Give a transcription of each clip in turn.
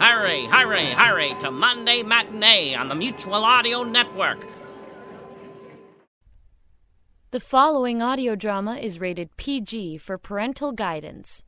Hurry, hurry, hurry to Monday matinee on the Mutual Audio Network. The following audio drama is rated PG for parental guidance.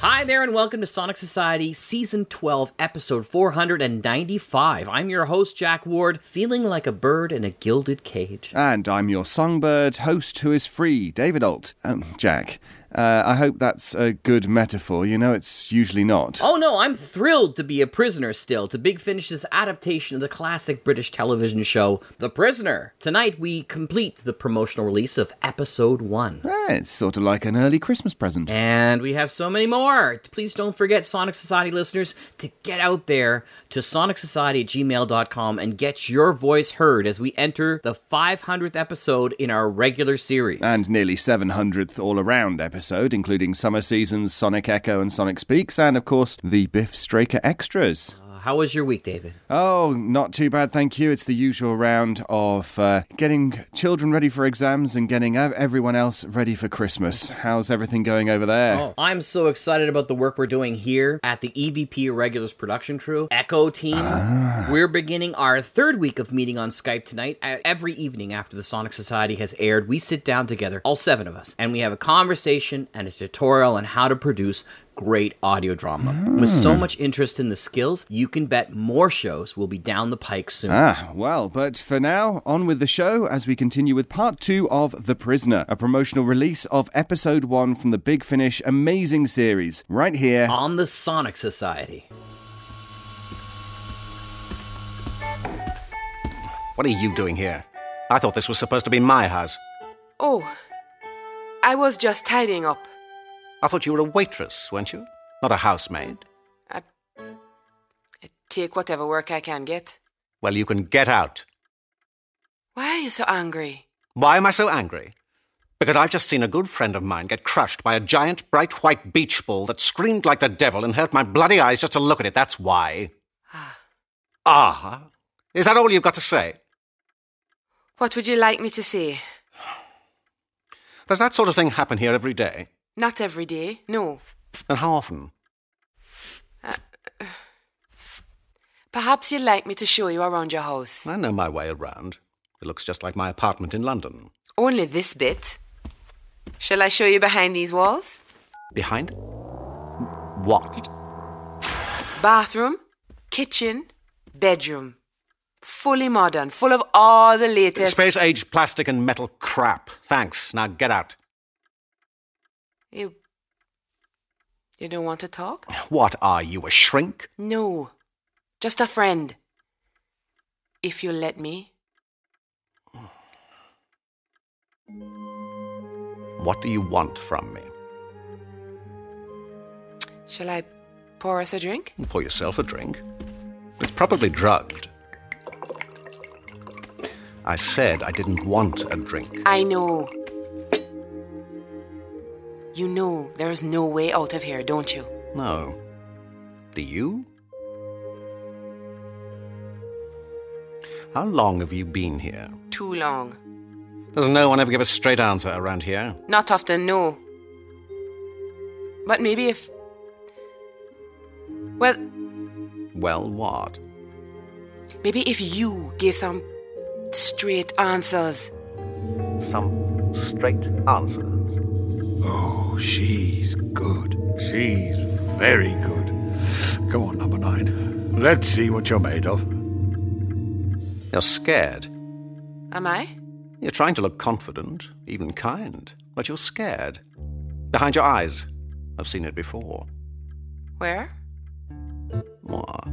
Hi there, and welcome to Sonic Society Season 12, Episode 495. I'm your host, Jack Ward, feeling like a bird in a gilded cage. And I'm your songbird host who is free, David Alt. Um, Jack, uh, I hope that's a good metaphor. You know, it's usually not. Oh no, I'm thrilled to be a prisoner still to Big Finish's adaptation of the classic British television show, The Prisoner. Tonight, we complete the promotional release of Episode 1. Eh, it's sort of like an early Christmas present. And we have so many more. Please don't forget, Sonic Society listeners, to get out there to sonicsociety at gmail.com and get your voice heard as we enter the 500th episode in our regular series. And nearly 700th all around episode, including summer seasons, Sonic Echo and Sonic Speaks, and of course, the Biff Straker extras. Uh, how was your week, David? Oh, not too bad, thank you. It's the usual round of uh, getting children ready for exams and getting ev- everyone else ready for Christmas. How's everything going over there? Oh, I'm so excited about the work we're doing here at the E EVP Irregulars production crew, Echo Team. We're beginning our third week of meeting on Skype tonight. Uh, Every evening after the Sonic Society has aired, we sit down together, all seven of us, and we have a conversation and a tutorial on how to produce great audio drama. With so much interest in the skills, you can bet more shows will be down the pike soon. Ah, well, but for now, on with the show as we continue with part two of The Prisoner, a promotional release of episode one from the Big Finish amazing series, right here. On the Sonic Society. What are you doing here? I thought this was supposed to be my house. Oh, I was just tidying up. I thought you were a waitress, weren't you? Not a housemaid. I take whatever work I can get. Well, you can get out. Why are you so angry? Why am I so angry? Because I've just seen a good friend of mine get crushed by a giant, bright white beach ball that screamed like the devil and hurt my bloody eyes just to look at it. That's why. Ah. Is that all you've got to say? What would you like me to say? Does that sort of thing happen here every day? Not every day, no. And how often? Perhaps you'd like me to show you around your house. I know my way around. It looks just like my apartment in London. Only this bit. Shall I show you behind these walls? Behind? What? Bathroom, kitchen, bedroom. Fully modern, full of all the latest. Space age plastic and metal crap. Thanks. Now get out. you. You don't want to talk? What are you, a shrink? No. Just a friend. If you let me. What do you want from me? Shall I pour us a drink? Pour yourself a drink. It's probably drugged. I said I didn't want a drink. I know. You know there is no way out of here, don't you? No. Do you? How long have you been here? Too long. Does no one ever give a straight answer around here? Not often, no. But maybe if. Well, Well, what? maybe if you gave some straight answers. Some straight answers. Oh, she's good. She's very good. Go on, number nine. Let's see what you're made of. You're scared. Am I? You're trying to look confident, even kind, but you're scared. Behind your eyes. I've seen it before. Where? What?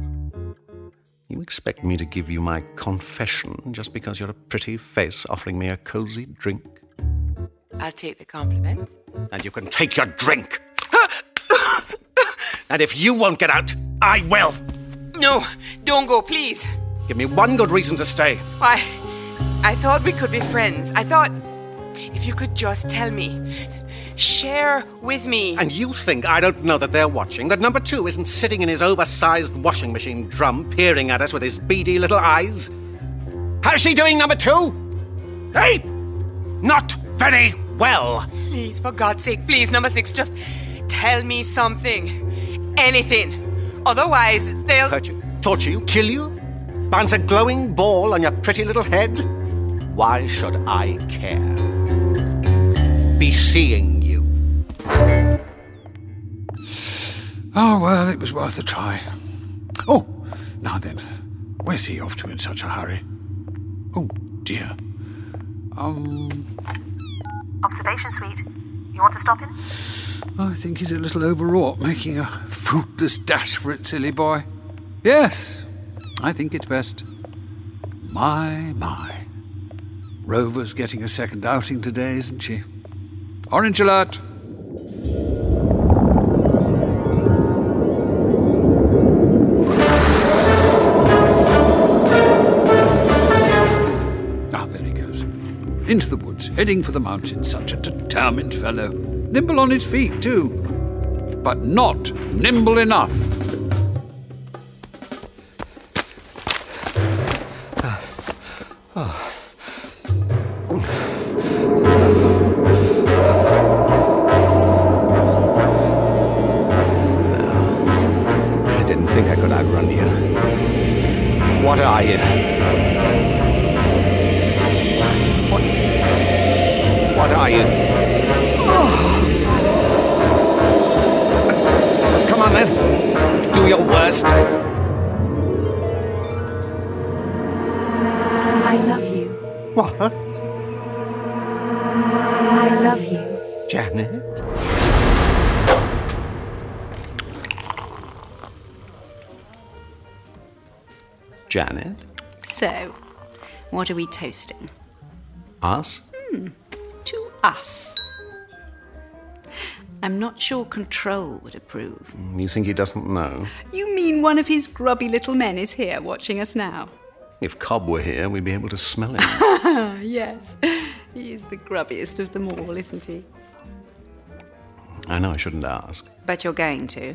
You expect me to give you my confession just because you're a pretty face offering me a cozy drink? I'll take the compliment. And you can take your drink! and if you won't get out, I will! No, don't go, please. Give me one good reason to stay. Why? I thought we could be friends. I thought if you could just tell me, share with me. And you think I don't know that they're watching, that number two isn't sitting in his oversized washing machine drum peering at us with his beady little eyes? How's she doing, number two? Hey! Not very well! Please, for God's sake, please, number six, just tell me something. Anything. Otherwise, they'll. Hurt you, torture you, kill you? Bounce a glowing ball on your pretty little head? Why should I care? Be seeing you. Oh, well, it was worth a try. Oh, now then, where's he off to in such a hurry? Oh, dear. Um, Observation suite. You want to stop him? I think he's a little overwrought, making a fruitless dash for it, silly boy. Yes, I think it's best. My, my. Rover's getting a second outing today, isn't she? Orange alert! Ah, there he goes. Into the woods, heading for the mountains. Such a determined fellow. Nimble on his feet, too. But not nimble enough. I didn't think I could outrun you. What are you? What, what are you? Oh. Come on, then. Do your worst. I love you. What? I love you. Janet? Janet? So, what are we toasting? Us? Hmm, To us. I'm not sure control would approve. You think he doesn't know? You mean one of his grubby little men is here watching us now? If Cobb were here, we'd be able to smell him. yes. He is the grubbiest of them all, isn't he? I know I shouldn't ask. But you're going to.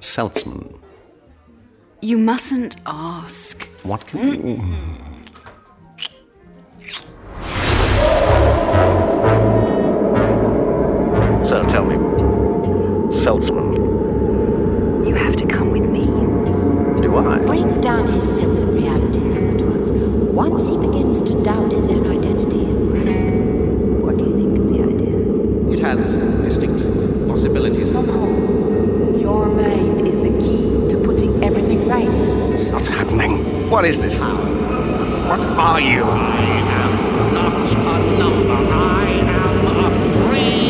Seltzman, You mustn't ask. what can we. So tell me, Seltzman, You have to come with me. do I? Bring down his sense of reality, number 12. Once he begins to doubt his own identity, he'll crack. What do you think of the idea? It has distinct possibilities. Your mind is the key to putting everything right. What's happening? What is this? What are you? I am not a number. I am a free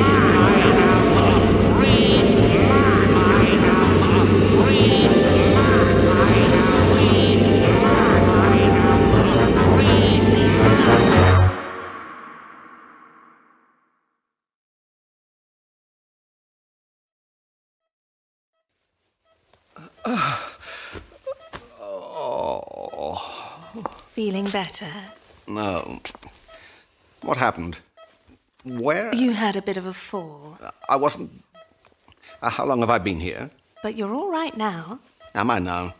man. I am a free man. I am a free man. I am a free man. I am a free man. Oh. Feeling better. No. What happened? Where? You had a bit of a fall, I wasn't. Uh, how long have I been here? but you're all right now. Am I now?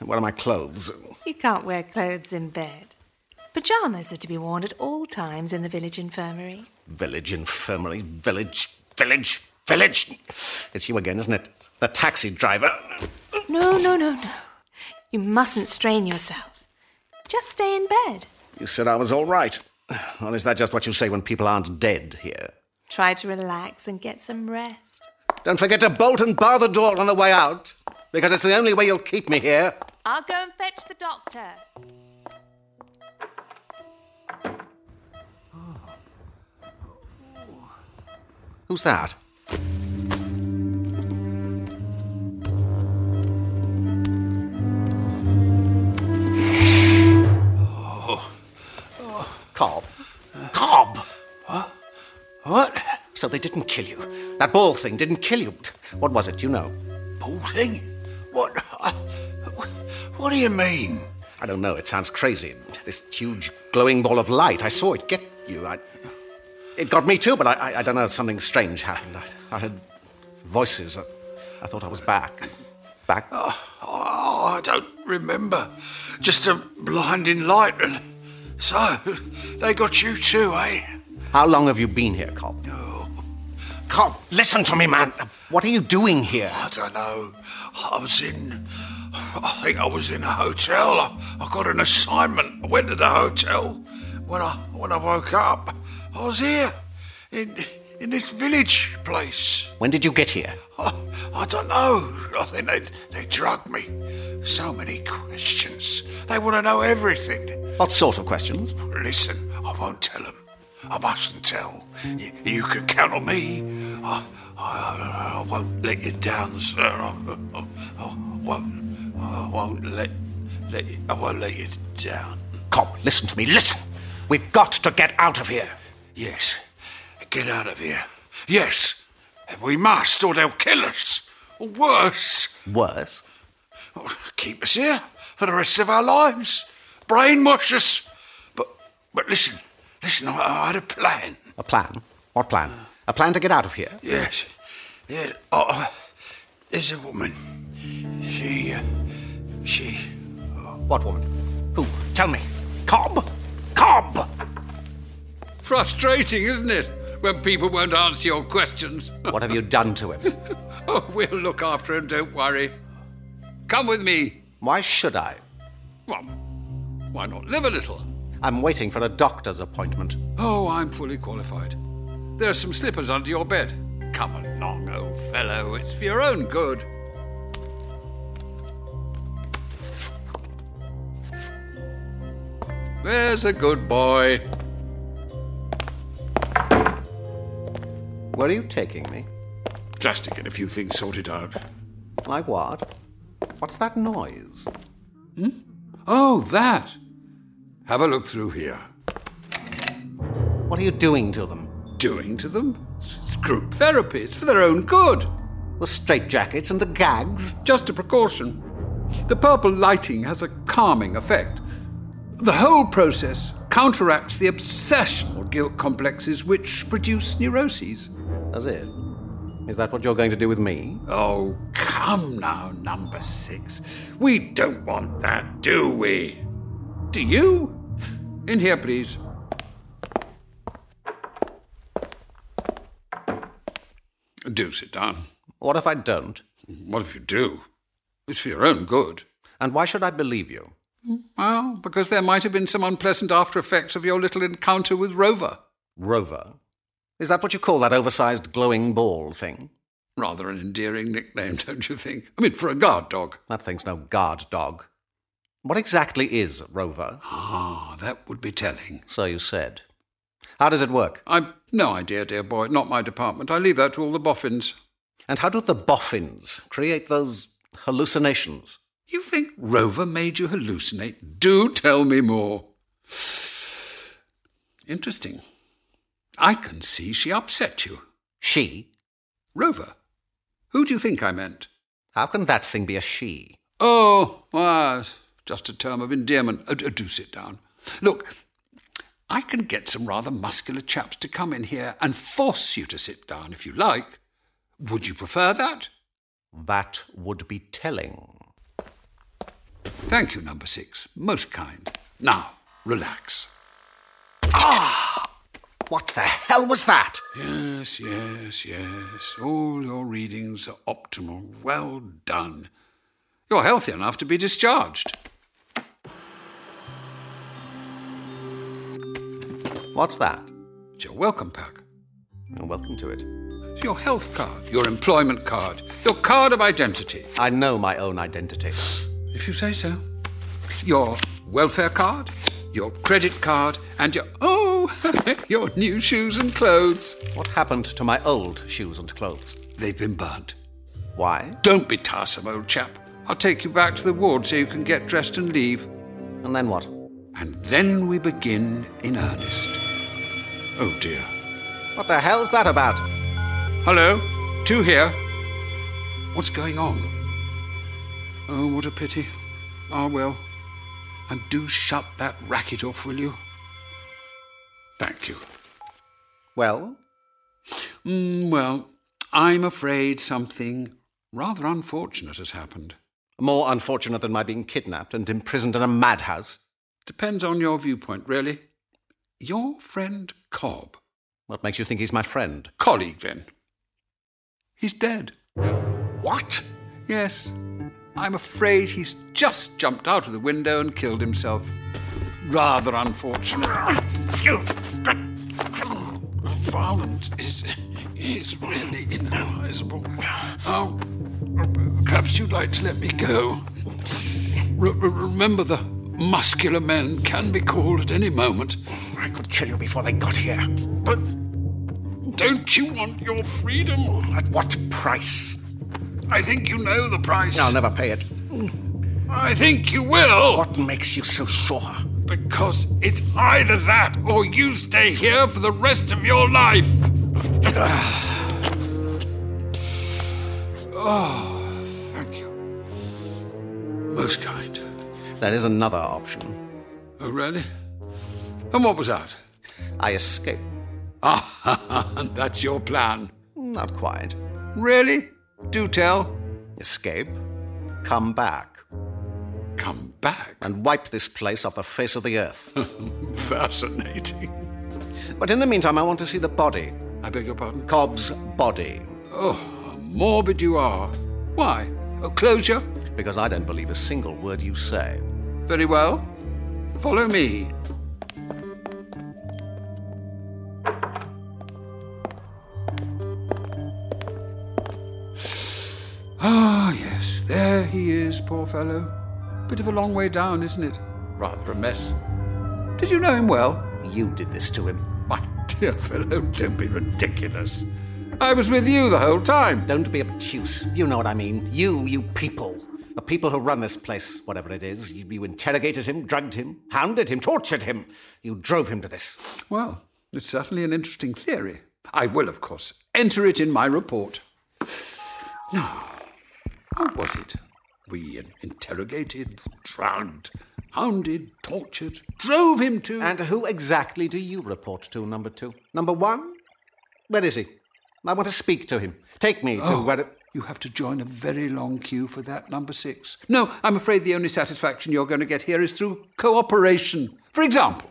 What are my clothes? You can't wear clothes in bed. Pajamas are to be worn at all times in the village infirmary. Village infirmary, village, village, village. It's you again, isn't it? The taxi driver. No, no, no, no. You mustn't strain yourself. Just stay in bed. You said I was all right. Or is that just what you say when people aren't dead here? Try to relax and get some rest. Don't forget to bolt and bar the door on the way out, because it's the only way you'll keep me here. I'll go and fetch the doctor. Who's that? Cobb. Cobb! What? What? So they didn't kill you. That ball thing didn't kill you. What was it, do you know? Ball thing? What? I- what do you mean? I don't know. It sounds crazy. This huge glowing ball of light. I saw it get you. I, it got me too, but I, I, I don't know. Something strange happened. I, I heard voices. I, I thought I was back. Back? Oh, I don't remember. Just a blinding light. And so, they got you too, eh? How long have you been here, Cobb? No. Cobb, listen to me, man. What are you doing here? I don't know. I was in. I think I was in a hotel. I, I got an assignment. I went to the hotel. When I when I woke up, I was here in in this village place. When did you get here? I don't know. I think they they drugged me. So many questions. They want to know everything. What sort of questions? Listen, I won't tell them. I mustn't tell. You, you can count on me. I, I, I won't let you down, sir. I, I, I won't. I won't let, let you, I won't let you down. Cobb, listen to me. Listen. We've got to get out of here. Yes. Get out of here. Yes. We must, or they'll kill us. Or worse, Worse? keep us here for the rest of our lives. Brainwash us. But, but listen, listen, I, I had a plan. A plan? What plan? A plan to get out of here? Yes. Yes. Oh, there's a woman. She. Uh, she. What woman? Who? Tell me. Cobb? Cobb! Frustrating, isn't it? When people won't answer your questions. What have you done to him? Oh, we'll look after him, don't worry. Come with me. Why should I? Well, why not live a little? I'm waiting for a doctor's appointment. Oh, I'm fully qualified. There are some slippers under your bed. Come along, old fellow. It's for your own good. There's a good boy. Where are you taking me? Just to get a few things sorted out. Like what? What's that noise? Oh, that. Have a look through here. What are you doing to them? Doing to them? It's group therapy. It's for their own good. The straitjackets and the gags? Just a precaution. The purple lighting has a calming effect. The whole process counteracts the obsession or guilt complexes which produce neuroses. That's it. Is that what you're going to do with me? Oh, come now, number six. We don't want that, do we? Do you? In here, please. Do sit down. What if I don't? What if you do? It's for your own good. And why should I believe you? Well, because there might have been some unpleasant after effects of your little encounter with Rover. Rover? Is that what you call that oversized glowing ball thing? Rather an endearing nickname, don't you think? I mean, for a guard dog. That thing's no guard dog. What exactly is Rover? Ah, that would be telling. So you said. How does it work? I've no idea, dear boy. Not my department. I leave that to all the boffins. And how do the boffins create those hallucinations? You think Rover made you hallucinate? Do tell me more. Interesting. I can see she upset you. She? Rover. Who do you think I meant? How can that thing be a she? Oh, ah, just a term of endearment. Uh, d- do sit down. Look, I can get some rather muscular chaps to come in here and force you to sit down if you like. Would you prefer that? That would be telling. Thank you, number six. Most kind. Now, relax. Ah, What the hell was that? Yes, yes, yes. All your readings are optimal. Well done. You're healthy enough to be discharged. What's that? It's your welcome pack. And welcome to it. It's your health card, your employment card, your card of identity. I know my own identity. If you say so. Your welfare card, your credit card, and your. Oh, Oh, your new shoes and clothes. What happened to my old shoes and clothes? They've been burnt. Why? Don't be tiresome, old chap. I'll take you back to the ward so you can get dressed and leave. And then what? And then we begin in earnest. Oh dear. What the hell's that about? Hello? Two here? What's going on? Oh, what a pity. Ah, well. And do shut that racket off, will you? Thank you. Well? Mm, well, I'm afraid something rather unfortunate has happened. More unfortunate than my being kidnapped and imprisoned in a madhouse. Depends on your viewpoint, really. Your friend Cobb. What makes you think he's my friend? Colleague, then. He's dead. What? Yes. I'm afraid he's just jumped out of the window and killed himself. Rather unfortunate. You violence is is really inadvisable. Oh, perhaps you'd like to let me go. Re- re- remember, the muscular men can be called at any moment. I could kill you before they got here. But don't you want your freedom? At what price? I think you know the price. I'll never pay it. I think you will. What makes you so sure? Because it's either that or you stay here for the rest of your life. oh, thank you. Most kind. There is another option. Oh, really? And what was that? I escape. Ah, that's your plan. Not quite. Really? Do tell. Escape. Come back. Come back? And wipe this place off the face of the earth. Fascinating. But in the meantime, I want to see the body. I beg your pardon? Cobb's body. Oh, morbid you are. Why? A closure? Because I don't believe a single word you say. Very well. Follow me. Ah, yes, there he is, poor fellow. Bit of a long way down, isn't it? Rather a mess. Did you know him well? You did this to him. My dear fellow, don't be ridiculous. I was with you the whole time. Don't be obtuse. You know what I mean. You, you people. The people who run this place, whatever it is. You, you interrogated him, drugged him, hounded him, tortured him. You drove him to this. Well, it's certainly an interesting theory. I will, of course, enter it in my report. Now, how was it? We interrogated, drugged, hounded, tortured, drove him to. And who exactly do you report to, number two? Number one? Where is he? I want to speak to him. Take me Oh, to where. It... You have to join a very long queue for that, number six. No, I'm afraid the only satisfaction you're going to get here is through cooperation. For example,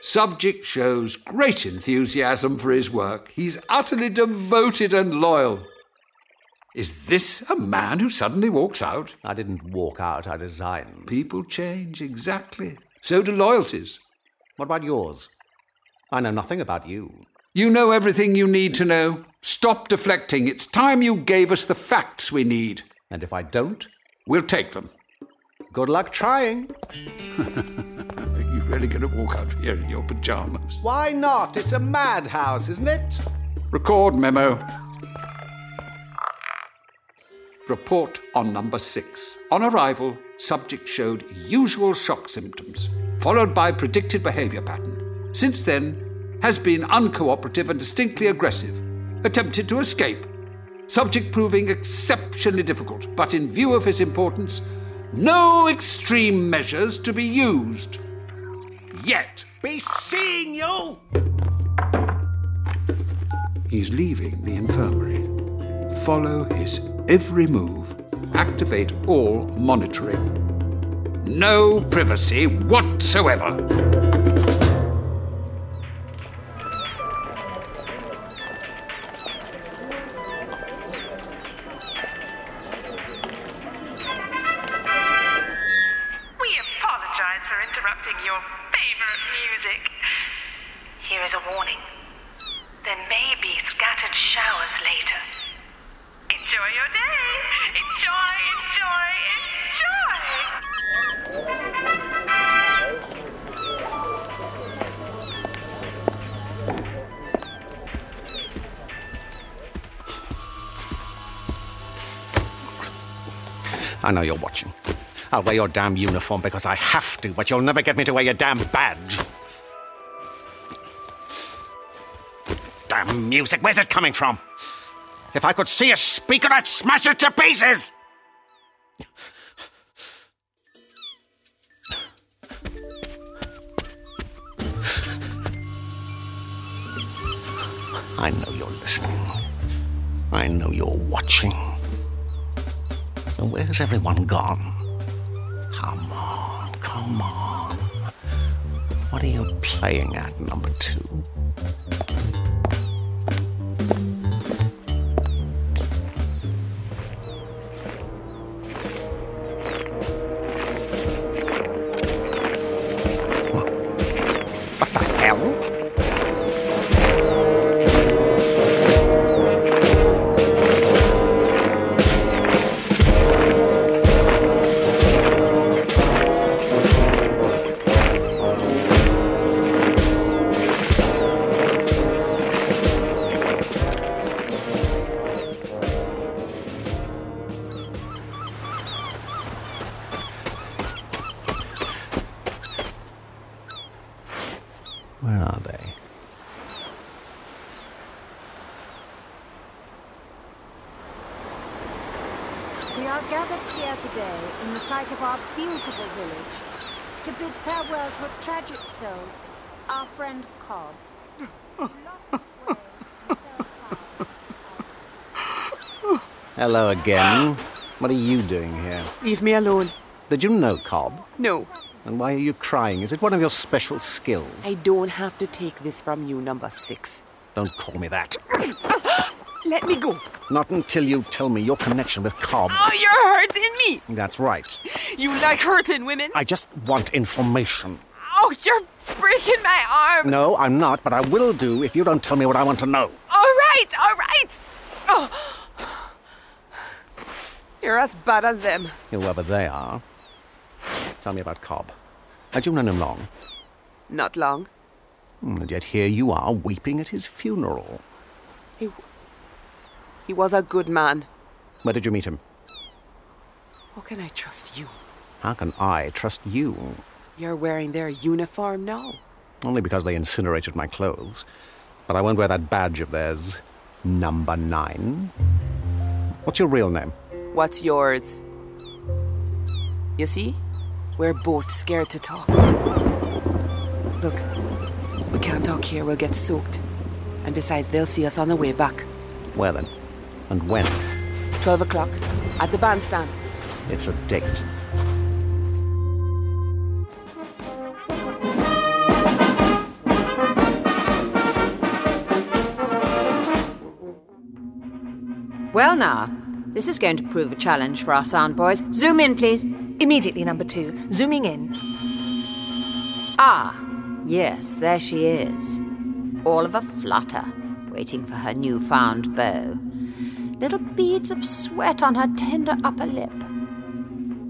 subject shows great enthusiasm for his work. He's utterly devoted and loyal. Is this a man who suddenly walks out? I didn't walk out, I resigned. People change, exactly. So do loyalties. What about yours? I know nothing about you. You know everything you need to know. Stop deflecting. It's time you gave us the facts we need. And if I don't, We'll take them. good luck trying. Are you really going to walk out here in your pajamas? Why not? It's a madhouse, isn't it? Record memo. Report on number six. On arrival, subject showed usual shock symptoms, followed by predicted behaviour pattern. Since then, has been uncooperative and distinctly aggressive. Attempted to escape. Subject proving exceptionally difficult, but in view of his importance, no extreme measures to be used. Yet. Be seeing you! He's leaving the infirmary. Follow his every move. Activate all monitoring. No privacy whatsoever. We apologize for interrupting your favorite music. Here is a warning. There may be scattered showers later. Enjoy your day! Enjoy, enjoy, enjoy! I know you're watching. I'll wear your damn uniform because I have to, but you'll never get me to wear your damn badge. Damn music, where's it coming from? If I could see a speaker, I'd smash it to pieces! I know you're listening. I know you're watching. So where's everyone gone? Come on, come on. What are you playing at, number two? What the hell? Where are they? We are gathered here today in the site of our beautiful village to bid farewell to a tragic soul, our friend Cobb. Hello again. What are you doing here? Leave me alone. Did you know Cobb? No, And why are you crying? Is it one of your special skills? I don't have to take this from you, number six. Don't call me that. Let me go. Not until you tell me your connection with Cobb. Oh, you're hurting me. That's right. You like hurting women. I just want information. Oh, you're breaking my arm. No, I'm not, but I will do if you don't tell me what I want to know. All right, all right. Oh. You're as bad as them. Whoever they are. Tell me about Cobb. Had you known him long? Not long. Hmm, And yet here you are weeping at his funeral. He, he was a good man. Where did you meet him? How can I trust you? How can I trust you? You're wearing their uniform now. Only because they incinerated my clothes. But I won't wear that badge of theirs. Number nine. What's your real name? What's yours? You see? We're both scared to talk. Look, we can't talk here, we'll get soaked. And besides, they'll see us on the way back. Where then? And when? 12 o'clock, at the bandstand. It's a date. Well, now, this is going to prove a challenge for our sound boys. Zoom in, please. Immediately, number two. Zooming in. Ah, yes, there she is. All of a flutter, waiting for her newfound beau. Little beads of sweat on her tender upper lip.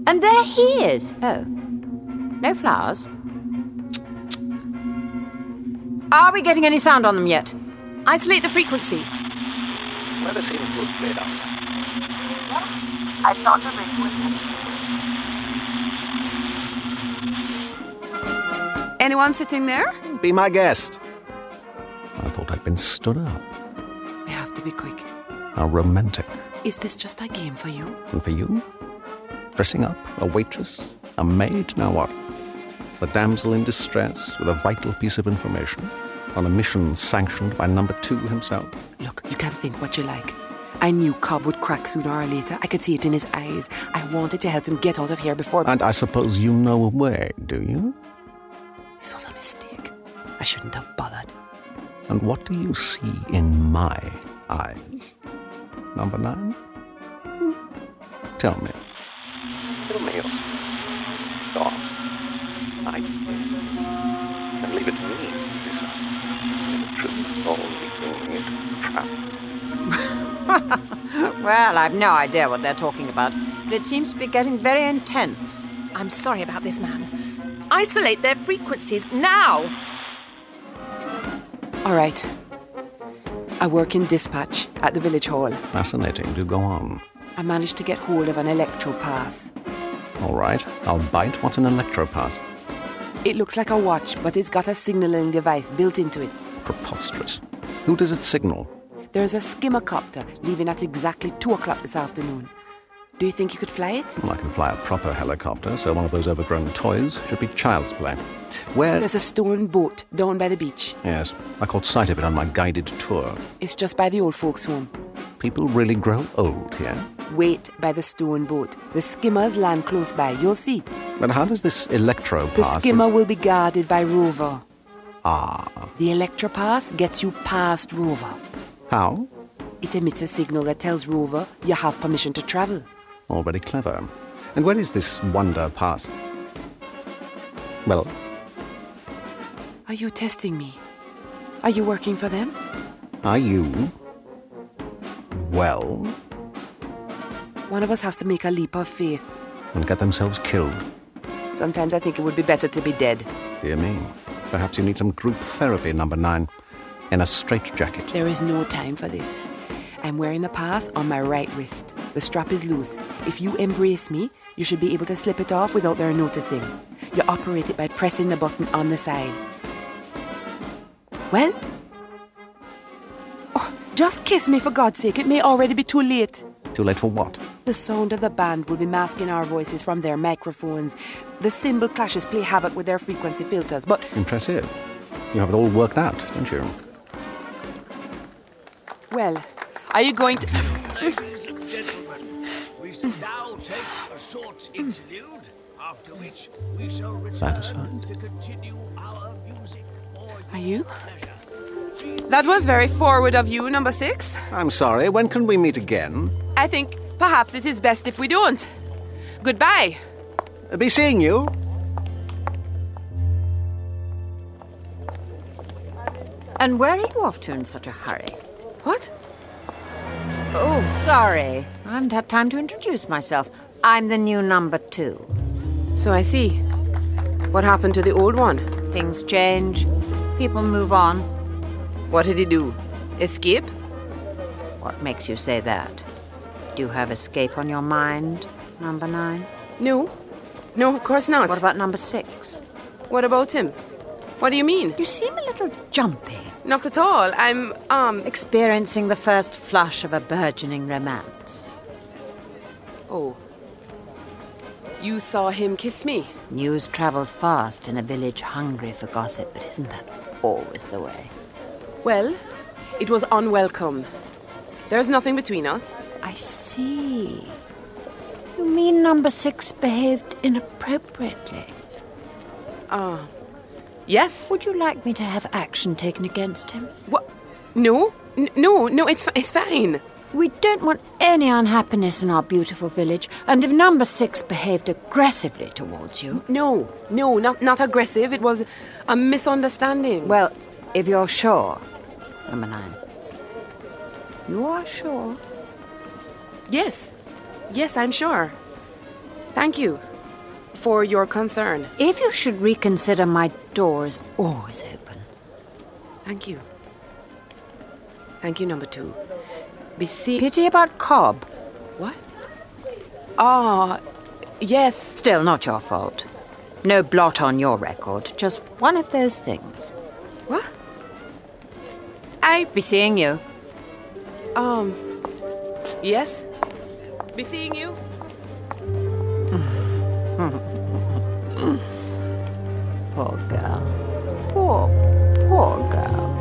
And there he is. Oh, no flowers. Are we getting any sound on them yet? Isolate the frequency. Weather seems to have cleared up. I thought the ring Anyone sitting there? Be my guest. I thought I'd been stood up. We have to be quick. How romantic. Is this just a game for you? And for you? Dressing up, a waitress, a maid, now what? The damsel in distress with a vital piece of information on a mission sanctioned by number two himself. Look, you can think what you like. I knew Cobb would crack sooner or later. I could see it in his eyes. I wanted to help him get out of here before. And I suppose you know a way, do you? This was a mistake. I shouldn't have bothered. And what do you see in my eyes? Number nine? Hmm. Tell me. Tell me yours. Go on. I. And leave it to me to decide. In the truth, all we going into a trap. Well, I've no idea what they're talking about, but it seems to be getting very intense. I'm sorry about this, ma'am. Isolate their frequencies now! All right. I work in dispatch at the village hall. Fascinating. Do go on. I managed to get hold of an electro pass. All right, I'll bite. What's an electropass? It looks like a watch, but it's got a signaling device built into it. Preposterous. Who does it signal? There's a skimmer copter leaving at exactly 2 o'clock this afternoon. Do you think you could fly it? Well, I can fly a proper helicopter, so one of those overgrown toys should be child's play. Where? There's a stone boat down by the beach. Yes, I caught sight of it on my guided tour. It's just by the old folks' home. People really grow old here. Wait by the stone boat. The skimmers land close by. You'll see. But how does this electro The pass? skimmer will be guarded by Rover. Ah, The Electropass gets you past Rover. how? It emits a signal that tells Rover you have permission to travel. All very clever. And where is this wonder pass? Well, Are you testing me? Are you working for them? are you? Well, One of us has to make a leap of faith. and get themselves killed. Sometimes I think it would be better to be dead. Dear me. Perhaps you need some group therapy, number nine. In a straitjacket. There is no time for this. I'm wearing the pass on my right wrist. The strap is loose. If you embrace me, you should be able to slip it off without their noticing. You operate it by pressing the button on the side. Well? Oh, just kiss me for God's sake. It may already be too late. Too late for what? The sound of the band will be masking our voices from their microphones. The cymbal clashes play havoc with their frequency filters, but Impressive. You have it all worked out, don't you? Well, are you going to. Ladies and gentlemen, we shall now take a short interlude, after which we shall return Satisfied? to continue our music. Are you? That was very forward of you, number six. I'm sorry, when can we meet again? I think perhaps it is best if we don't. Goodbye. Uh, Be seeing you. And where are you off to in such a hurry? What? Oh, sorry. I haven't had time to introduce myself. I'm the new number two. So I see. What happened to the old one? Things change. People move on. What did he do? Escape? What makes you say that? Do you have escape on your mind, number nine? No. No, of course not. What about number six? What about him? What do you mean? You seem a little jumpy. Not at all. I'm, um. Experiencing the first flush of a burgeoning romance. Oh. You saw him kiss me. News travels fast in a village hungry for gossip, but isn't that always the way? Well, it was unwelcome. There's nothing between us. I see. You mean number six behaved inappropriately? Ah. yes? Would you like me to have action taken against him? What? No? N- no, no, it's, fi- it's fine. We don't want any unhappiness in our beautiful village, and if number six behaved aggressively towards you. No, no, not, not aggressive. It was a misunderstanding. Well, if you're sure, number nine. You are sure? Yes. Yes, I'm sure. Thank you for your concern. If you should reconsider, my oh, door is always open. Thank you. Thank you, number two. Be see- Pity about Cobb. What? Ah, yes. Still not your fault. No blot on your record, just one of those things. What? I. Be seeing you. Um. Yes? Be seeing you? Poor girl. Poor, poor girl.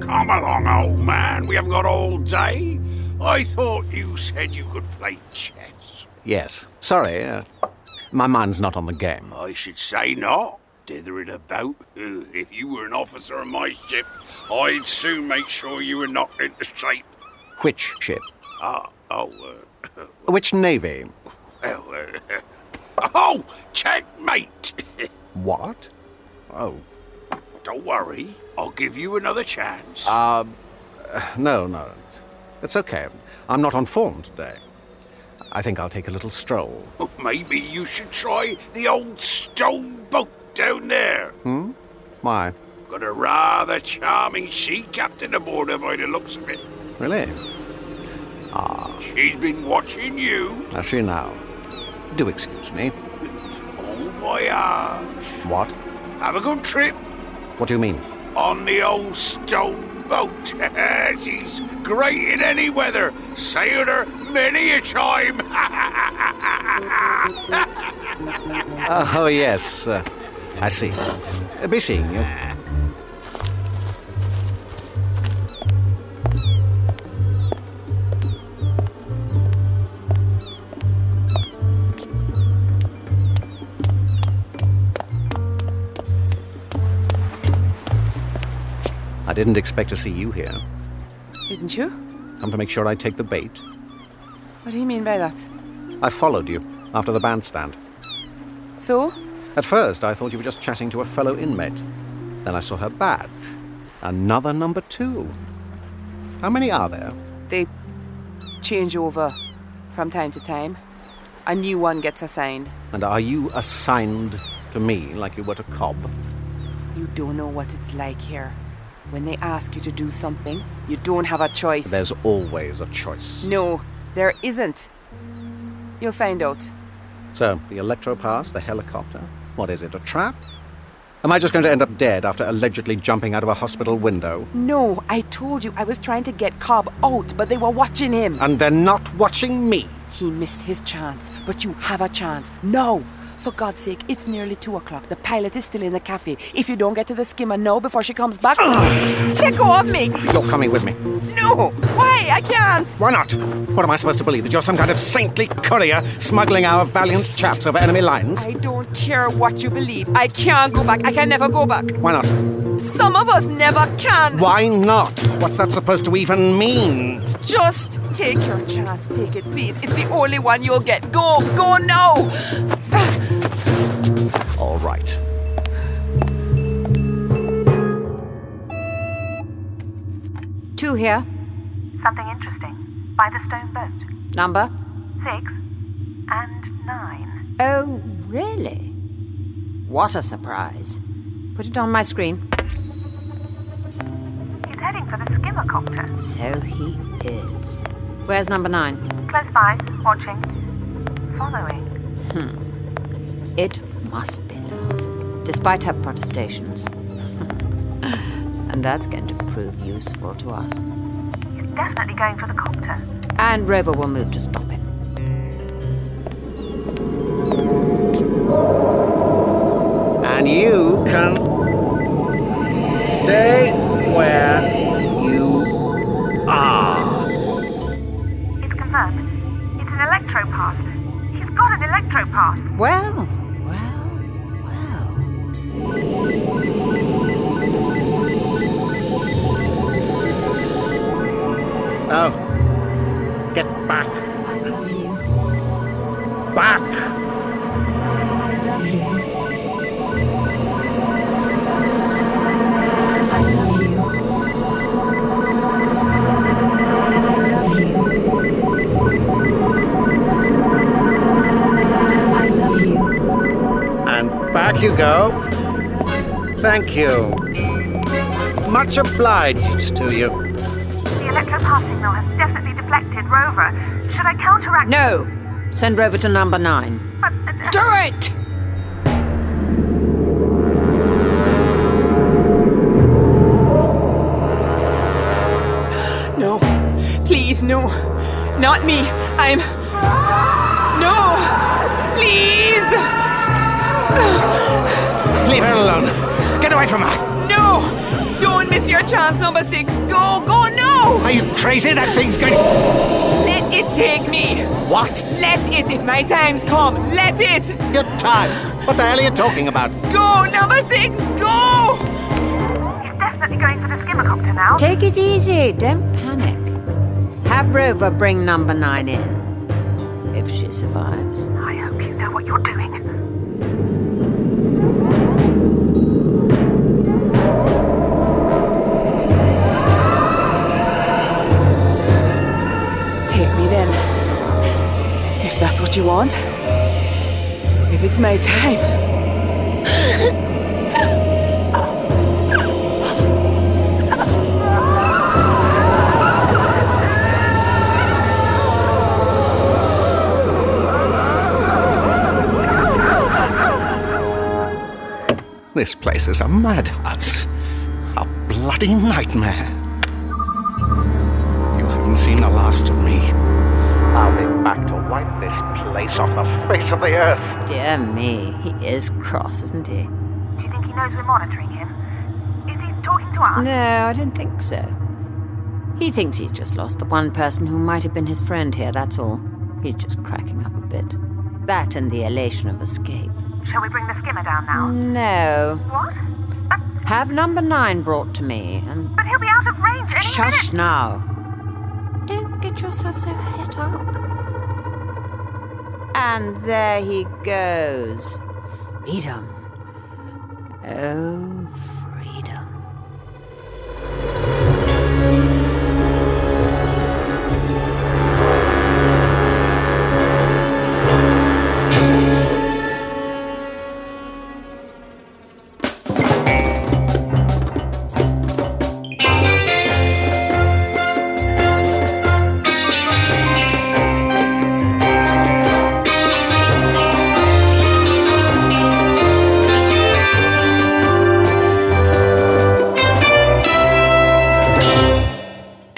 Come along, old man. We haven't got all day. I thought you said you could play chess. Yes. Sorry, uh, my mind's not on the game. I should say not. Dithering about. Uh, If you were an officer on my ship, I'd soon make sure you were knocked into shape. Which ship? Ah, oh, uh, Which navy? well, uh, oh, checkmate. What? Oh, Don't worry, I'll give you another chance. uh, no, no. It's, it's okay. I'm not on form today. I think I'll take a little stroll. Maybe you should try the old stone boat down there. Hmm? Why? Got a rather charming sea captain aboard her by the looks of it. Really? She's been watching you. Does she now? Do excuse me. Bon voyage. What? Have a good trip What do you mean? on the old stone boat. She's great in any weather. Sailed her many a time. oh, yes. Uh, I see. Uh, be seeing you. I didn't expect to see you here. Didn't you? Come to make sure I take the bait. What do you mean by that? I followed you after the bandstand. So? At first, I thought you were just chatting to a fellow inmate. Then I saw her badge. Another number two. How many are there? They change over from time to time. A new one gets assigned. And are you assigned to me like you were to Cobb? You don't know what it's like here. When they ask you to do something, you don't have a choice. There's always a choice. No, there isn't. You'll find out. So, the electropass, the helicopter. What is it, a trap? Am I just going to end up dead after allegedly jumping out of a hospital window? No, I told you I was trying to get Cobb out, but they were watching him. And they're not Uh, watching me. He missed his chance, but you have a chance. No! For God's sake, it's nearly two o'clock. The pilot is still in the cafe. If you don't get to the skimmer now before she comes back, let go of me! You're coming with me. No! Why? I can't! Why not? What am I supposed to believe? That you're some kind of saintly courier smuggling our valiant chaps over enemy lines? I don't care what you believe. I can't go back. I can never go back. Why not? Some of us never can. Why not? What's that supposed to even mean? Just take your chance. Take it, please. It's the only one you'll get. Go, go now! All right. Two here. Something interesting. By the stone boat. Number? Six and nine. Oh, really? What a surprise. Put it on my screen. He's heading for the skimmer copter. So he is. Where's number nine? Close by, watching, following. Hmm. It must be love, despite her protestations. and that's going to prove useful to us. He's definitely going for the copter. And Rover will move to stop him. And you can stay where you are. It's confirmed. It's an electro pass. He's got an electro pass. Well, No. Oh. Get back. Back. And back you go. Thank you. Much obliged to you. The electro pass signal has definitely deflected Rover. Should I counteract? No! Send Rover to number nine. Do it! No. Please, no. Not me. I'm. No! Please! Leave her alone. Get away from her. No! Don't miss your chance, number six. Go, go, no! Are you crazy? That thing's going. Let it take me. What? Let it. If my time's come, let it. Your time. What the hell are you talking about? Go, number six. Go. He's definitely going for the skimmer copter now. Take it easy. Don't panic. Have Rover bring number nine in. If she survives. I hope you know what you're doing. Take me then. If that's what you want. If it's my time. This place is a madhouse. A bloody nightmare. You haven't seen the last of me. I'll be back to wipe this place off the face of the earth. Dear me, he is cross, isn't he? Do you think he knows we're monitoring him? Is he talking to us? No, I don't think so. He thinks he's just lost the one person who might have been his friend here, that's all. He's just cracking up a bit. That and the elation of escape. Shall we bring the skimmer down now? No. What? Have number nine brought to me and. But he'll be out of range any Shush minute. now. Don't get yourself so het up. And there he goes. Freedom. Oh, freedom.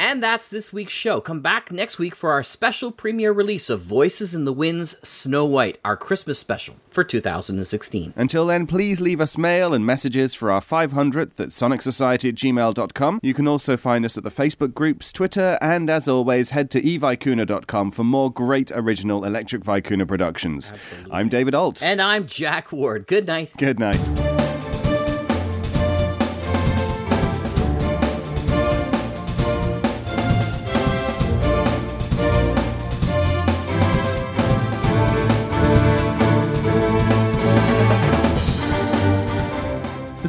And that's this week's show. Come back next week for our special premiere release of Voices in the Wind's Snow White, our Christmas special for 2016. Until then, please leave us mail and messages for our 500th at sonicsociety at gmail.com. You can also find us at the Facebook groups, Twitter, and as always, head to e evicuna.com for more great original Electric Vicuna productions. I'm David Alt. And I'm Jack Ward. Good night. Good night. The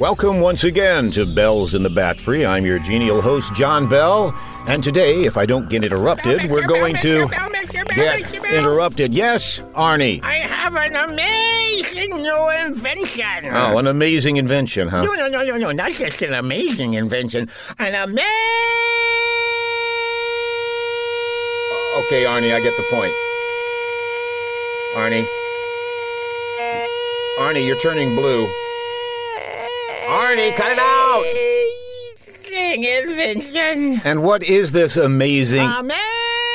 Welcome once again to Bells in the Bat Free. I'm your genial host, John Bell, and today, if I don't get interrupted, we're going to get interrupted. Yes, Arnie. I have an amazing new invention. Oh, an amazing invention, No, huh? no, no, no, no. Not just an amazing invention. An amazing. Okay, Arnie, I get the point. Arnie. Arnie, you're turning blue. Arnie, cut it out! invention. And what is this amazing? Amazing.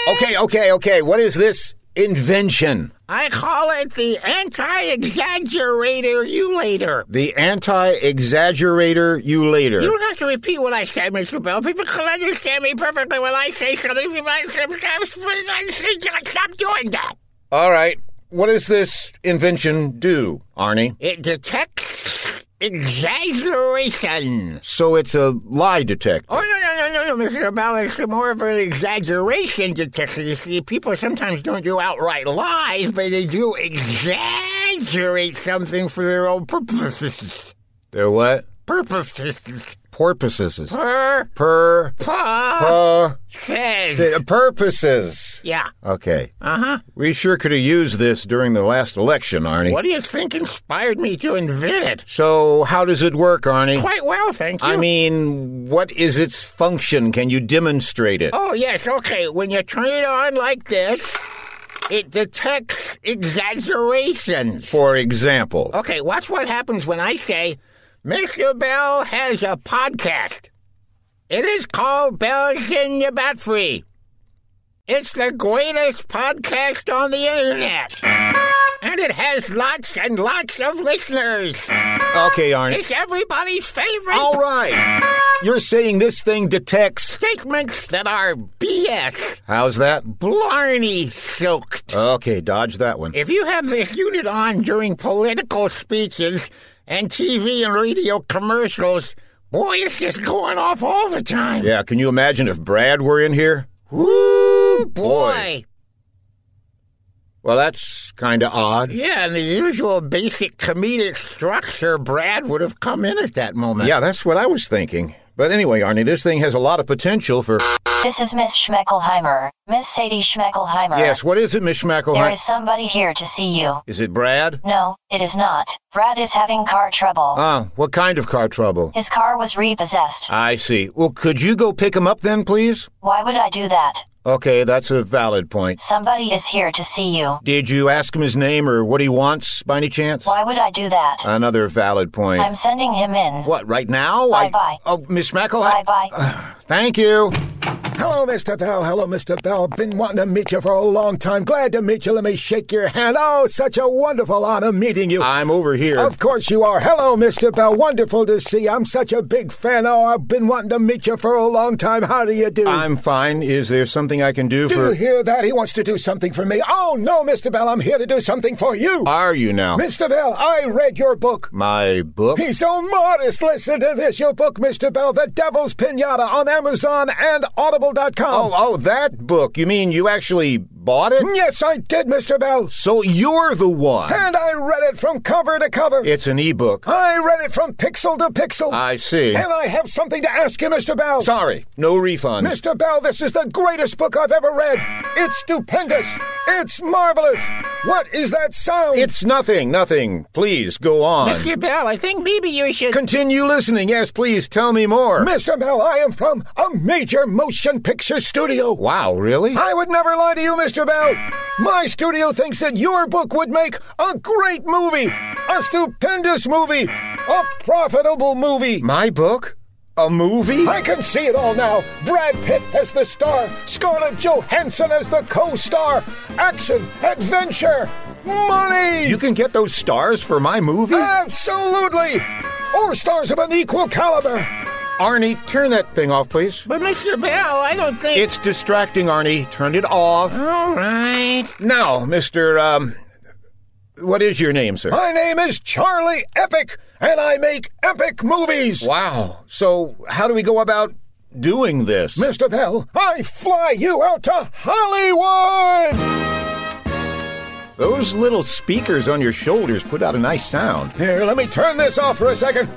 Okay, okay, okay. What is this invention? I call it the anti-exaggerator you later. The anti-exaggerator you later. You don't have to repeat what I said, Mr. Bell. People can understand me perfectly when I say something. Stop doing that. All right. What does this invention do, Arnie? It detects exaggeration. So it's a lie detector. Oh, no, no, no, no, no, Mr. Bell. It's more of an exaggeration detector. You see, people sometimes don't do outright lies, but they do exaggerate something for their own purposes. They're what? Purposes. Porpoises. Per. Per. Pa. si- Purposes. Yeah. Okay. Uh huh. We sure could have used this during the last election, Arnie. What do you think inspired me to invent it? So how does it work, Arnie? Quite well, thank you. I mean, what is its function? Can you demonstrate it? Oh, yes, okay. When you turn it on like this, it detects exaggerations. For example. Okay, watch what happens when I say, Mr. Bell has a podcast. It is called Bells in Your Bat Free. It's the greatest podcast on the internet. and it has lots and lots of listeners. Okay, It's Arnie. everybody's favorite. All right. You're saying this thing detects. Statements that are BS. How's that? Blarney soaked. Okay, dodge that one. If you have this unit on during political speeches and TV and radio commercials, boy, it's just going off all the time. Yeah, can you imagine if Brad were in here? Woo, boy. Well, that's kind of odd. Yeah, and the usual basic comedic structure, Brad would have come in at that moment. Yeah, that's what I was thinking. But anyway, Arnie, this thing has a lot of potential for. This is Miss Schmeckelheimer. Miss Sadie Schmeckelheimer. Yes, what is it, Miss Schmackelheim? There is somebody here to see you. Is it Brad? No, it is not. Brad is having car trouble. Ah, what kind of car trouble? His car was repossessed. I see. Well, could you go pick him up then, please? Why would I do that? Okay, that's a valid point. Somebody is here to see you. Did you ask him his name or what he wants by any chance? Why would I do that? Another valid point. I'm sending him in. What, right now? Bye I- bye. Oh, Miss Schmackel? Bye bye. Thank you. Hello, Mr. Bell. Hello, Mr. Bell. Been wanting to meet you for a long time. Glad to meet you. Let me shake your hand. Oh, such a wonderful honor meeting you. I'm over here. Of course you are. Hello, Mr. Bell. Wonderful to see you. I'm such a big fan. Oh, I've been wanting to meet you for a long time. How do you do? I'm fine. Is there something I can do, do for. you hear that? He wants to do something for me. Oh, no, Mr. Bell. I'm here to do something for you. Are you now? Mr. Bell, I read your book. My book? He's so modest. Listen to this. Your book, Mr. Bell, The Devil's Pinata on Amazon and Audible.com. Oh, oh, that book. You mean you actually bought it? Yes, I did, Mr. Bell. So you're the one. And I read it from cover to cover. It's an ebook. I read it from pixel to pixel. I see. And I have something to ask you, Mr. Bell. Sorry, no refund. Mr. Bell, this is the greatest book I've ever read. It's stupendous. It's marvelous. What is that sound? It's nothing, nothing. Please go on. Mr. Bell, I think maybe you should. Continue listening. Yes, please tell me more. Mr. Bell, I am from a major motion picture studio. Wow, really? I would never lie to you, Mr. Bell. My studio thinks that your book would make a great movie, a stupendous movie, a profitable movie. My book? A movie? I can see it all now. Brad Pitt as the star, Scarlett Johansson as the co star. Action, adventure, money! You can get those stars for my movie? Absolutely! Or stars of an equal caliber. Arnie, turn that thing off, please. But Mr. Bell, I don't think. It's distracting, Arnie. Turn it off. All right. Now, Mr. Um, what is your name, sir? My name is Charlie Epic, and I make epic movies. Wow. So, how do we go about doing this? Mr. Bell, I fly you out to Hollywood! Those little speakers on your shoulders put out a nice sound. Here, let me turn this off for a second.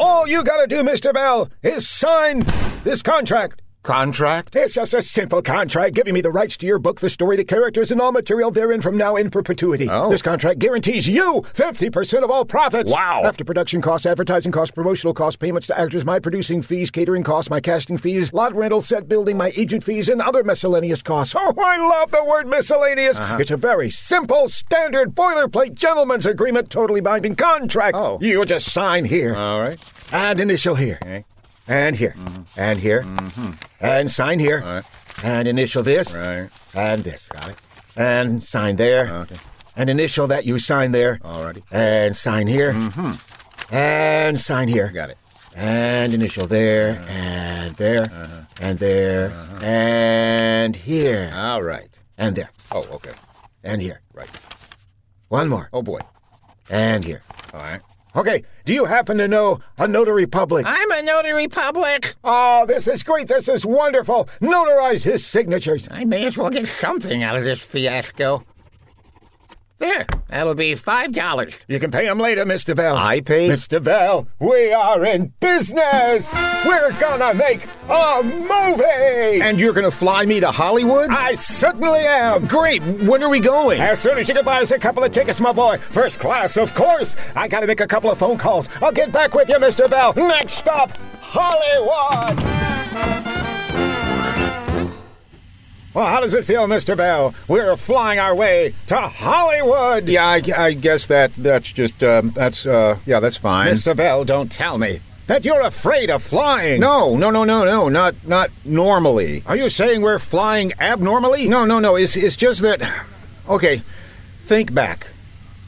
All you gotta do, Mr. Bell, is sign this contract. Contract? It's just a simple contract giving me the rights to your book, the story, the characters, and all material therein from now in perpetuity. Oh. This contract guarantees you 50% of all profits. Wow. After production costs, advertising costs, promotional costs, payments to actors, my producing fees, catering costs, my casting fees, lot rental, set building, my agent fees, and other miscellaneous costs. Oh, I love the word miscellaneous. Uh-huh. It's a very simple, standard, boilerplate gentleman's agreement, totally binding contract. Oh. You just sign here. All right. And initial here. Okay. And here. And here. And sign here. right. And initial this. Right. And this. Got it. And sign there. Okay. And initial that you sign there. Alrighty. Mm-hmm. And sign here. And sign here. Got it. Uh-huh. And initial there. And there. And there. And here. All right. And there. Oh, okay. And here. Right. One more. Oh boy. And here. All right. Okay, do you happen to know a notary public? I'm a notary public. Oh, this is great. This is wonderful. Notarize his signatures. I may as well get something out of this fiasco. There, that'll be five dollars. You can pay him later, Mr. Bell. I pay? Mr. Bell, we are in business. We're gonna make a movie. And you're gonna fly me to Hollywood? I certainly am. Great. When are we going? As soon as you can buy us a couple of tickets, my boy. First class, of course. I gotta make a couple of phone calls. I'll get back with you, Mr. Bell. Next stop, Hollywood. Well, how does it feel, Mr. Bell? We're flying our way to Hollywood. yeah, I, I guess that that's just um, that's uh, yeah, that's fine. Mr. Bell, don't tell me that you're afraid of flying. No, no, no, no, no, not not normally. Are you saying we're flying abnormally? No, no, no. It's it's just that. Okay, think back.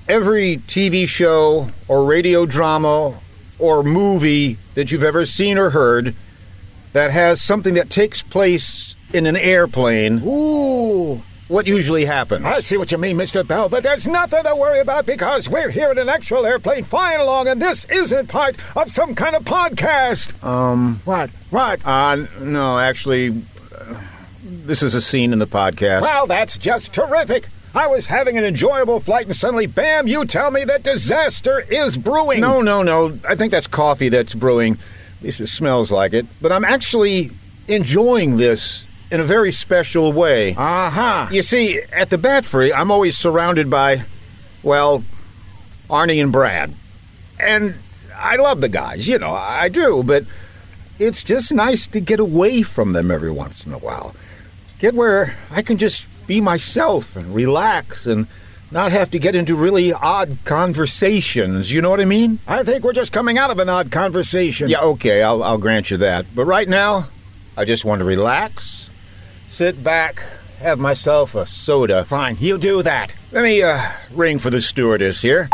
every TV show or radio drama or movie that you've ever seen or heard that has something that takes place in an airplane. Ooh. What usually happens? I see what you mean, Mr. Bell, but there's nothing to worry about because we're here in an actual airplane flying along, and this isn't part of some kind of podcast. Um. What? What? Uh, no, actually, uh, this is a scene in the podcast. Well, that's just terrific. I was having an enjoyable flight, and suddenly, bam, you tell me that disaster is brewing. No, no, no. I think that's coffee that's brewing. At least it smells like it. But I'm actually enjoying this in a very special way. Aha! You see, at the Bat Free, I'm always surrounded by, well, Arnie and Brad. And I love the guys, you know, I do, but it's just nice to get away from them every once in a while. Get where I can just be myself and relax and not have to get into really odd conversations. You know what I mean? I think we're just coming out of an odd conversation. Yeah, okay, I'll, I'll grant you that. But right now, I just want to relax, sit back, have myself a soda. Fine, you do that. Let me uh, ring for the stewardess here.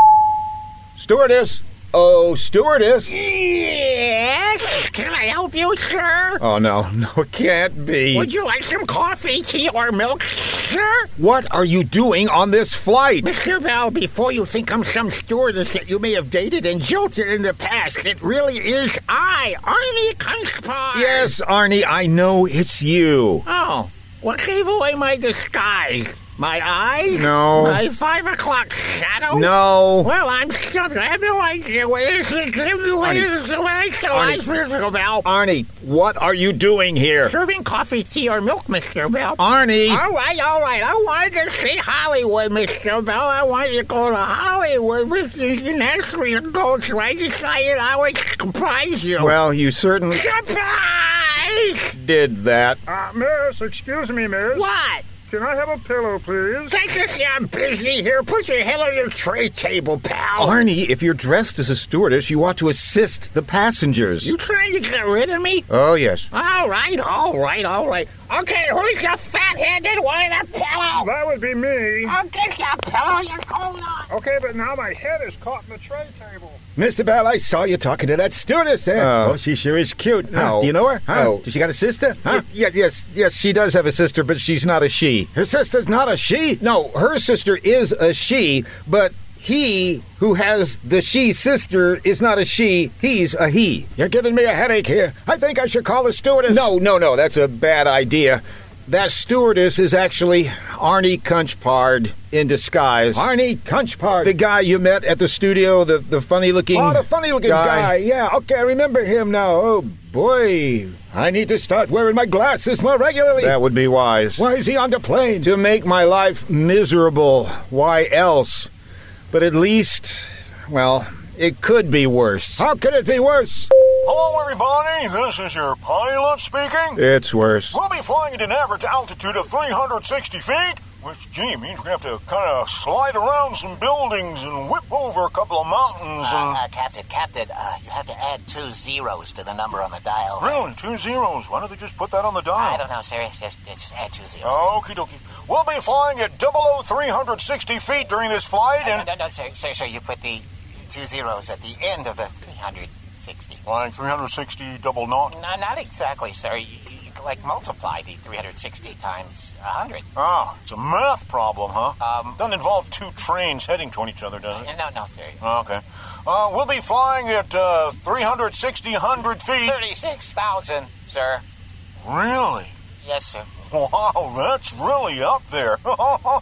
Stewardess? Oh, stewardess? Yes? Can I help you, sir? Oh, no. No, it can't be. Would you like some coffee, tea, or milk, sir? What are you doing on this flight? Mr. Bell, before you think I'm some stewardess that you may have dated and jilted in the past, it really is I, Arnie Kunspar. Yes, Arnie, I know it's you. Oh, what well, gave away my disguise? My eyes? No. My five o'clock shadow? No. Well, I'm stuck. I have no idea where this is going. This is the way so I Mr. Bell. Arnie, what are you doing here? Serving coffee, tea, or milk, Mr. Bell. Arnie. All right, all right. I wanted to see Hollywood, Mr. Bell. I wanted to go to Hollywood with you. And that's where your goals, so I decided I would surprise you. Well, you certainly... Surprise! Did that. Uh, miss, excuse me, miss. What? Can I have a pillow, please? Take this, I'm busy here. Put your head on your tray table, pal. Arnie, if you're dressed as a stewardess, you ought to assist the passengers. You trying to get rid of me? Oh, yes. All right, all right, all right. Okay, who's the fat-handed one in a pillow? That would be me. I'll get your pillow, you're cold on. Okay, but now my head is caught in the tray table. Mr. Bell, I saw you talking to that stewardess there. Oh, oh she sure is cute. No. Huh? Do you know her? Huh? No. Does she got a sister? Huh? Yeah, yes, yes, she does have a sister, but she's not a she. Her sister's not a she? No, her sister is a she, but he who has the she sister is not a she, he's a he. You're giving me a headache here. I think I should call the stewardess. No, no, no, that's a bad idea. That stewardess is actually Arnie Kunchpard in disguise. Arnie Kunchpard. The guy you met at the studio, the, the funny looking Oh, the funny looking guy. guy. Yeah, okay, I remember him now. Oh boy. I need to start wearing my glasses more regularly. That would be wise. Why is he on the plane? To make my life miserable. Why else? But at least, well, it could be worse. How could it be worse? Hello, everybody. This is your pilot speaking. It's worse. We'll be flying at an average altitude of 360 feet, which, gee, means we have to kind of slide around some buildings and whip over a couple of mountains and... Uh, uh, Captain, Captain, uh, you have to add two zeros to the number on the dial. Really? Two zeros? Why don't they just put that on the dial? I don't know, sir. It's just, just add two zeros. Okie dokie. We'll be flying at 00360 feet during this flight and... Uh, No, no, no, sir, sir, sir. You put the two zeros at the end of the 360. Like 360 double knot? No, not exactly, sir. You, you like multiply the 360 times 100. Oh. Ah, it's a math problem, huh? Um, Doesn't involve two trains heading toward each other, does it? No, no, sir. Oh, okay. Uh, we'll be flying at uh, 360, 100 feet. 36,000, sir. Really? Yes, sir. Wow, that's really up there.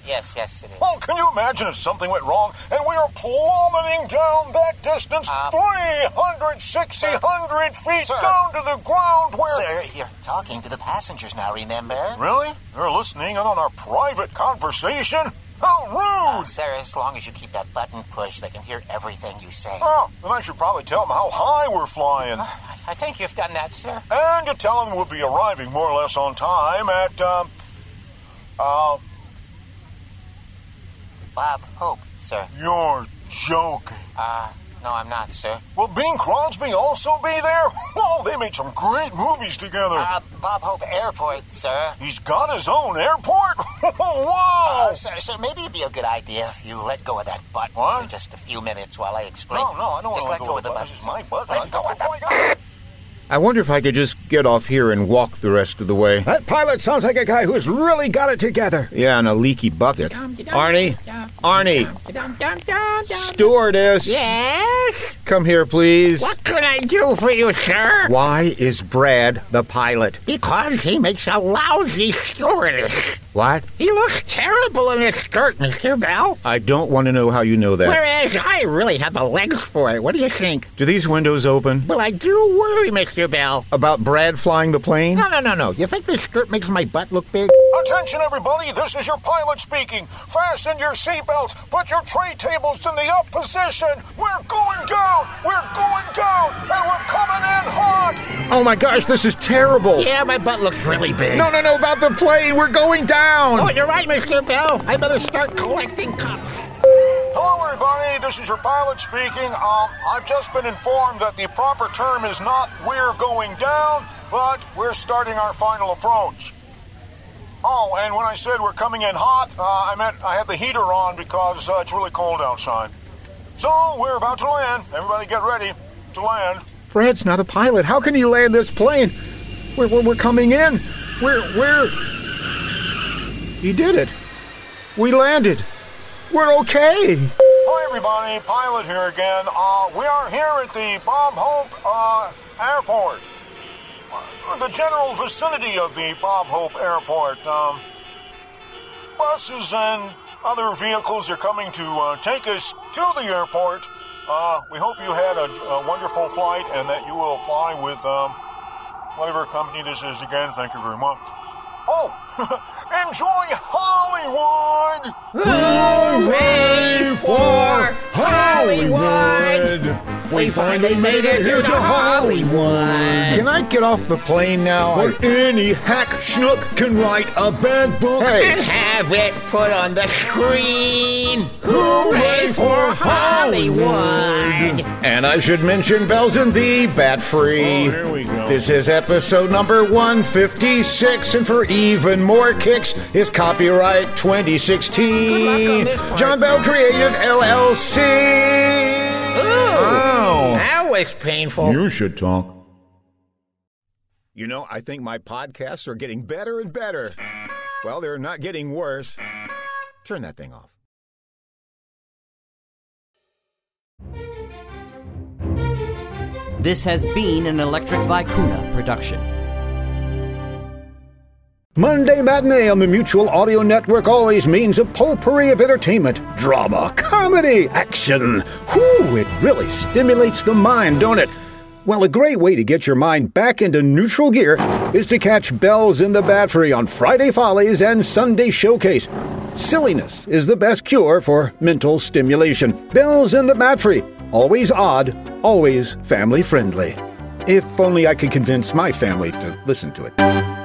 yes, yes, it is. Oh, can you imagine if something went wrong and we are plummeting down that distance, um, 360, sir, 100 feet sir, down to the ground where... Sir, you're talking to the passengers now, remember? Really? They're listening in on our private conversation? How rude! Uh, sir, as long as you keep that button pushed, they can hear everything you say. Oh, then I should probably tell them how high we're flying. Uh, I think you've done that, sir. And to tell them we'll be arriving more or less on time at, um, uh... Bob Hope, sir. You're joking. Uh, No, I'm not, sir. Will Bing Crosby also be there? Whoa, they made some great movies together. Uh, Bob Hope Airport, sir. He's got his own airport? Whoa! Uh, sir, sir, maybe it'd be a good idea if you let go of that button for just a few minutes while I explain. No, no, I don't Just wanna let go go, of of the the button. button. This is my button. I Let go don't- of the oh, I I wonder if I could just get off here and walk the rest of the way. That pilot sounds like a guy who's really got it together. Yeah, in a leaky bucket. Arnie, Arnie, Dum, dum, dum, dum. stewardess, Yes? come here, please. What can I do for you, sir? Why is Brad the pilot? Because he makes a lousy stewardess. What? He looks terrible in his skirt, Mr. Bell. I don't want to know how you know that. Whereas I really have the legs for it. What do you think? Do these windows open? Well, I do worry, Mr. Bell. About Brad flying the plane? No, no, no, no. You think this skirt makes my butt look big? Attention, everybody, this is your pilot speaking. Fasten your seatbelts, put your tray tables in the up position. We're going down, we're going down, and we're coming in hot. Oh my gosh, this is terrible. Yeah, my butt looks really big. No, no, no, about the plane. We're going down. Oh, you're right, Mr. Bell. I better start collecting cups. Hello, everybody, this is your pilot speaking. Um, I've just been informed that the proper term is not we're going down, but we're starting our final approach. Oh, and when I said we're coming in hot, uh, I meant I have the heater on because uh, it's really cold outside. So we're about to land. Everybody get ready to land. Brad's not a pilot. How can he land this plane? We're, we're, we're coming in. We're, we're. He did it. We landed. We're okay. Hi, everybody. Pilot here again. Uh, we are here at the Bob Hope uh, Airport. Uh, The general vicinity of the Bob Hope Airport. Um, buses and other vehicles are coming to uh, take us to the airport. Uh, we hope you had a, a wonderful flight and that you will fly with um, whatever company this is again. Thank you very much. Oh, enjoy Hollywood! Hooray for Hollywood! We finally made it here to Hollywood! Can I get off the plane now? Or any hack schnook can write a bad book. And have it put on the screen! Hooray for Hollywood! And I should mention Bells and the Bat Free. Oh, here we go. This is episode number 156, and for even more kicks is copyright 2016. Good luck on this part. John Bell Creative LLC. Ooh, Ow. That was painful. should talk. You know, I think my podcasts are getting better and better. Well, they're not getting worse. Turn that thing off. This has been an Electric Vicuna production. Monday matinee on the Mutual Audio Network always means a potpourri of entertainment, drama, comedy, action. Whew, it really stimulates the mind, don't it? Well, a great way to get your mind back into neutral gear is to catch Bells in the Battery on Friday Follies and Sunday Showcase. Silliness is the best cure for mental stimulation. Bells in the Battery, always odd, always family friendly. If only I could convince my family to listen to it.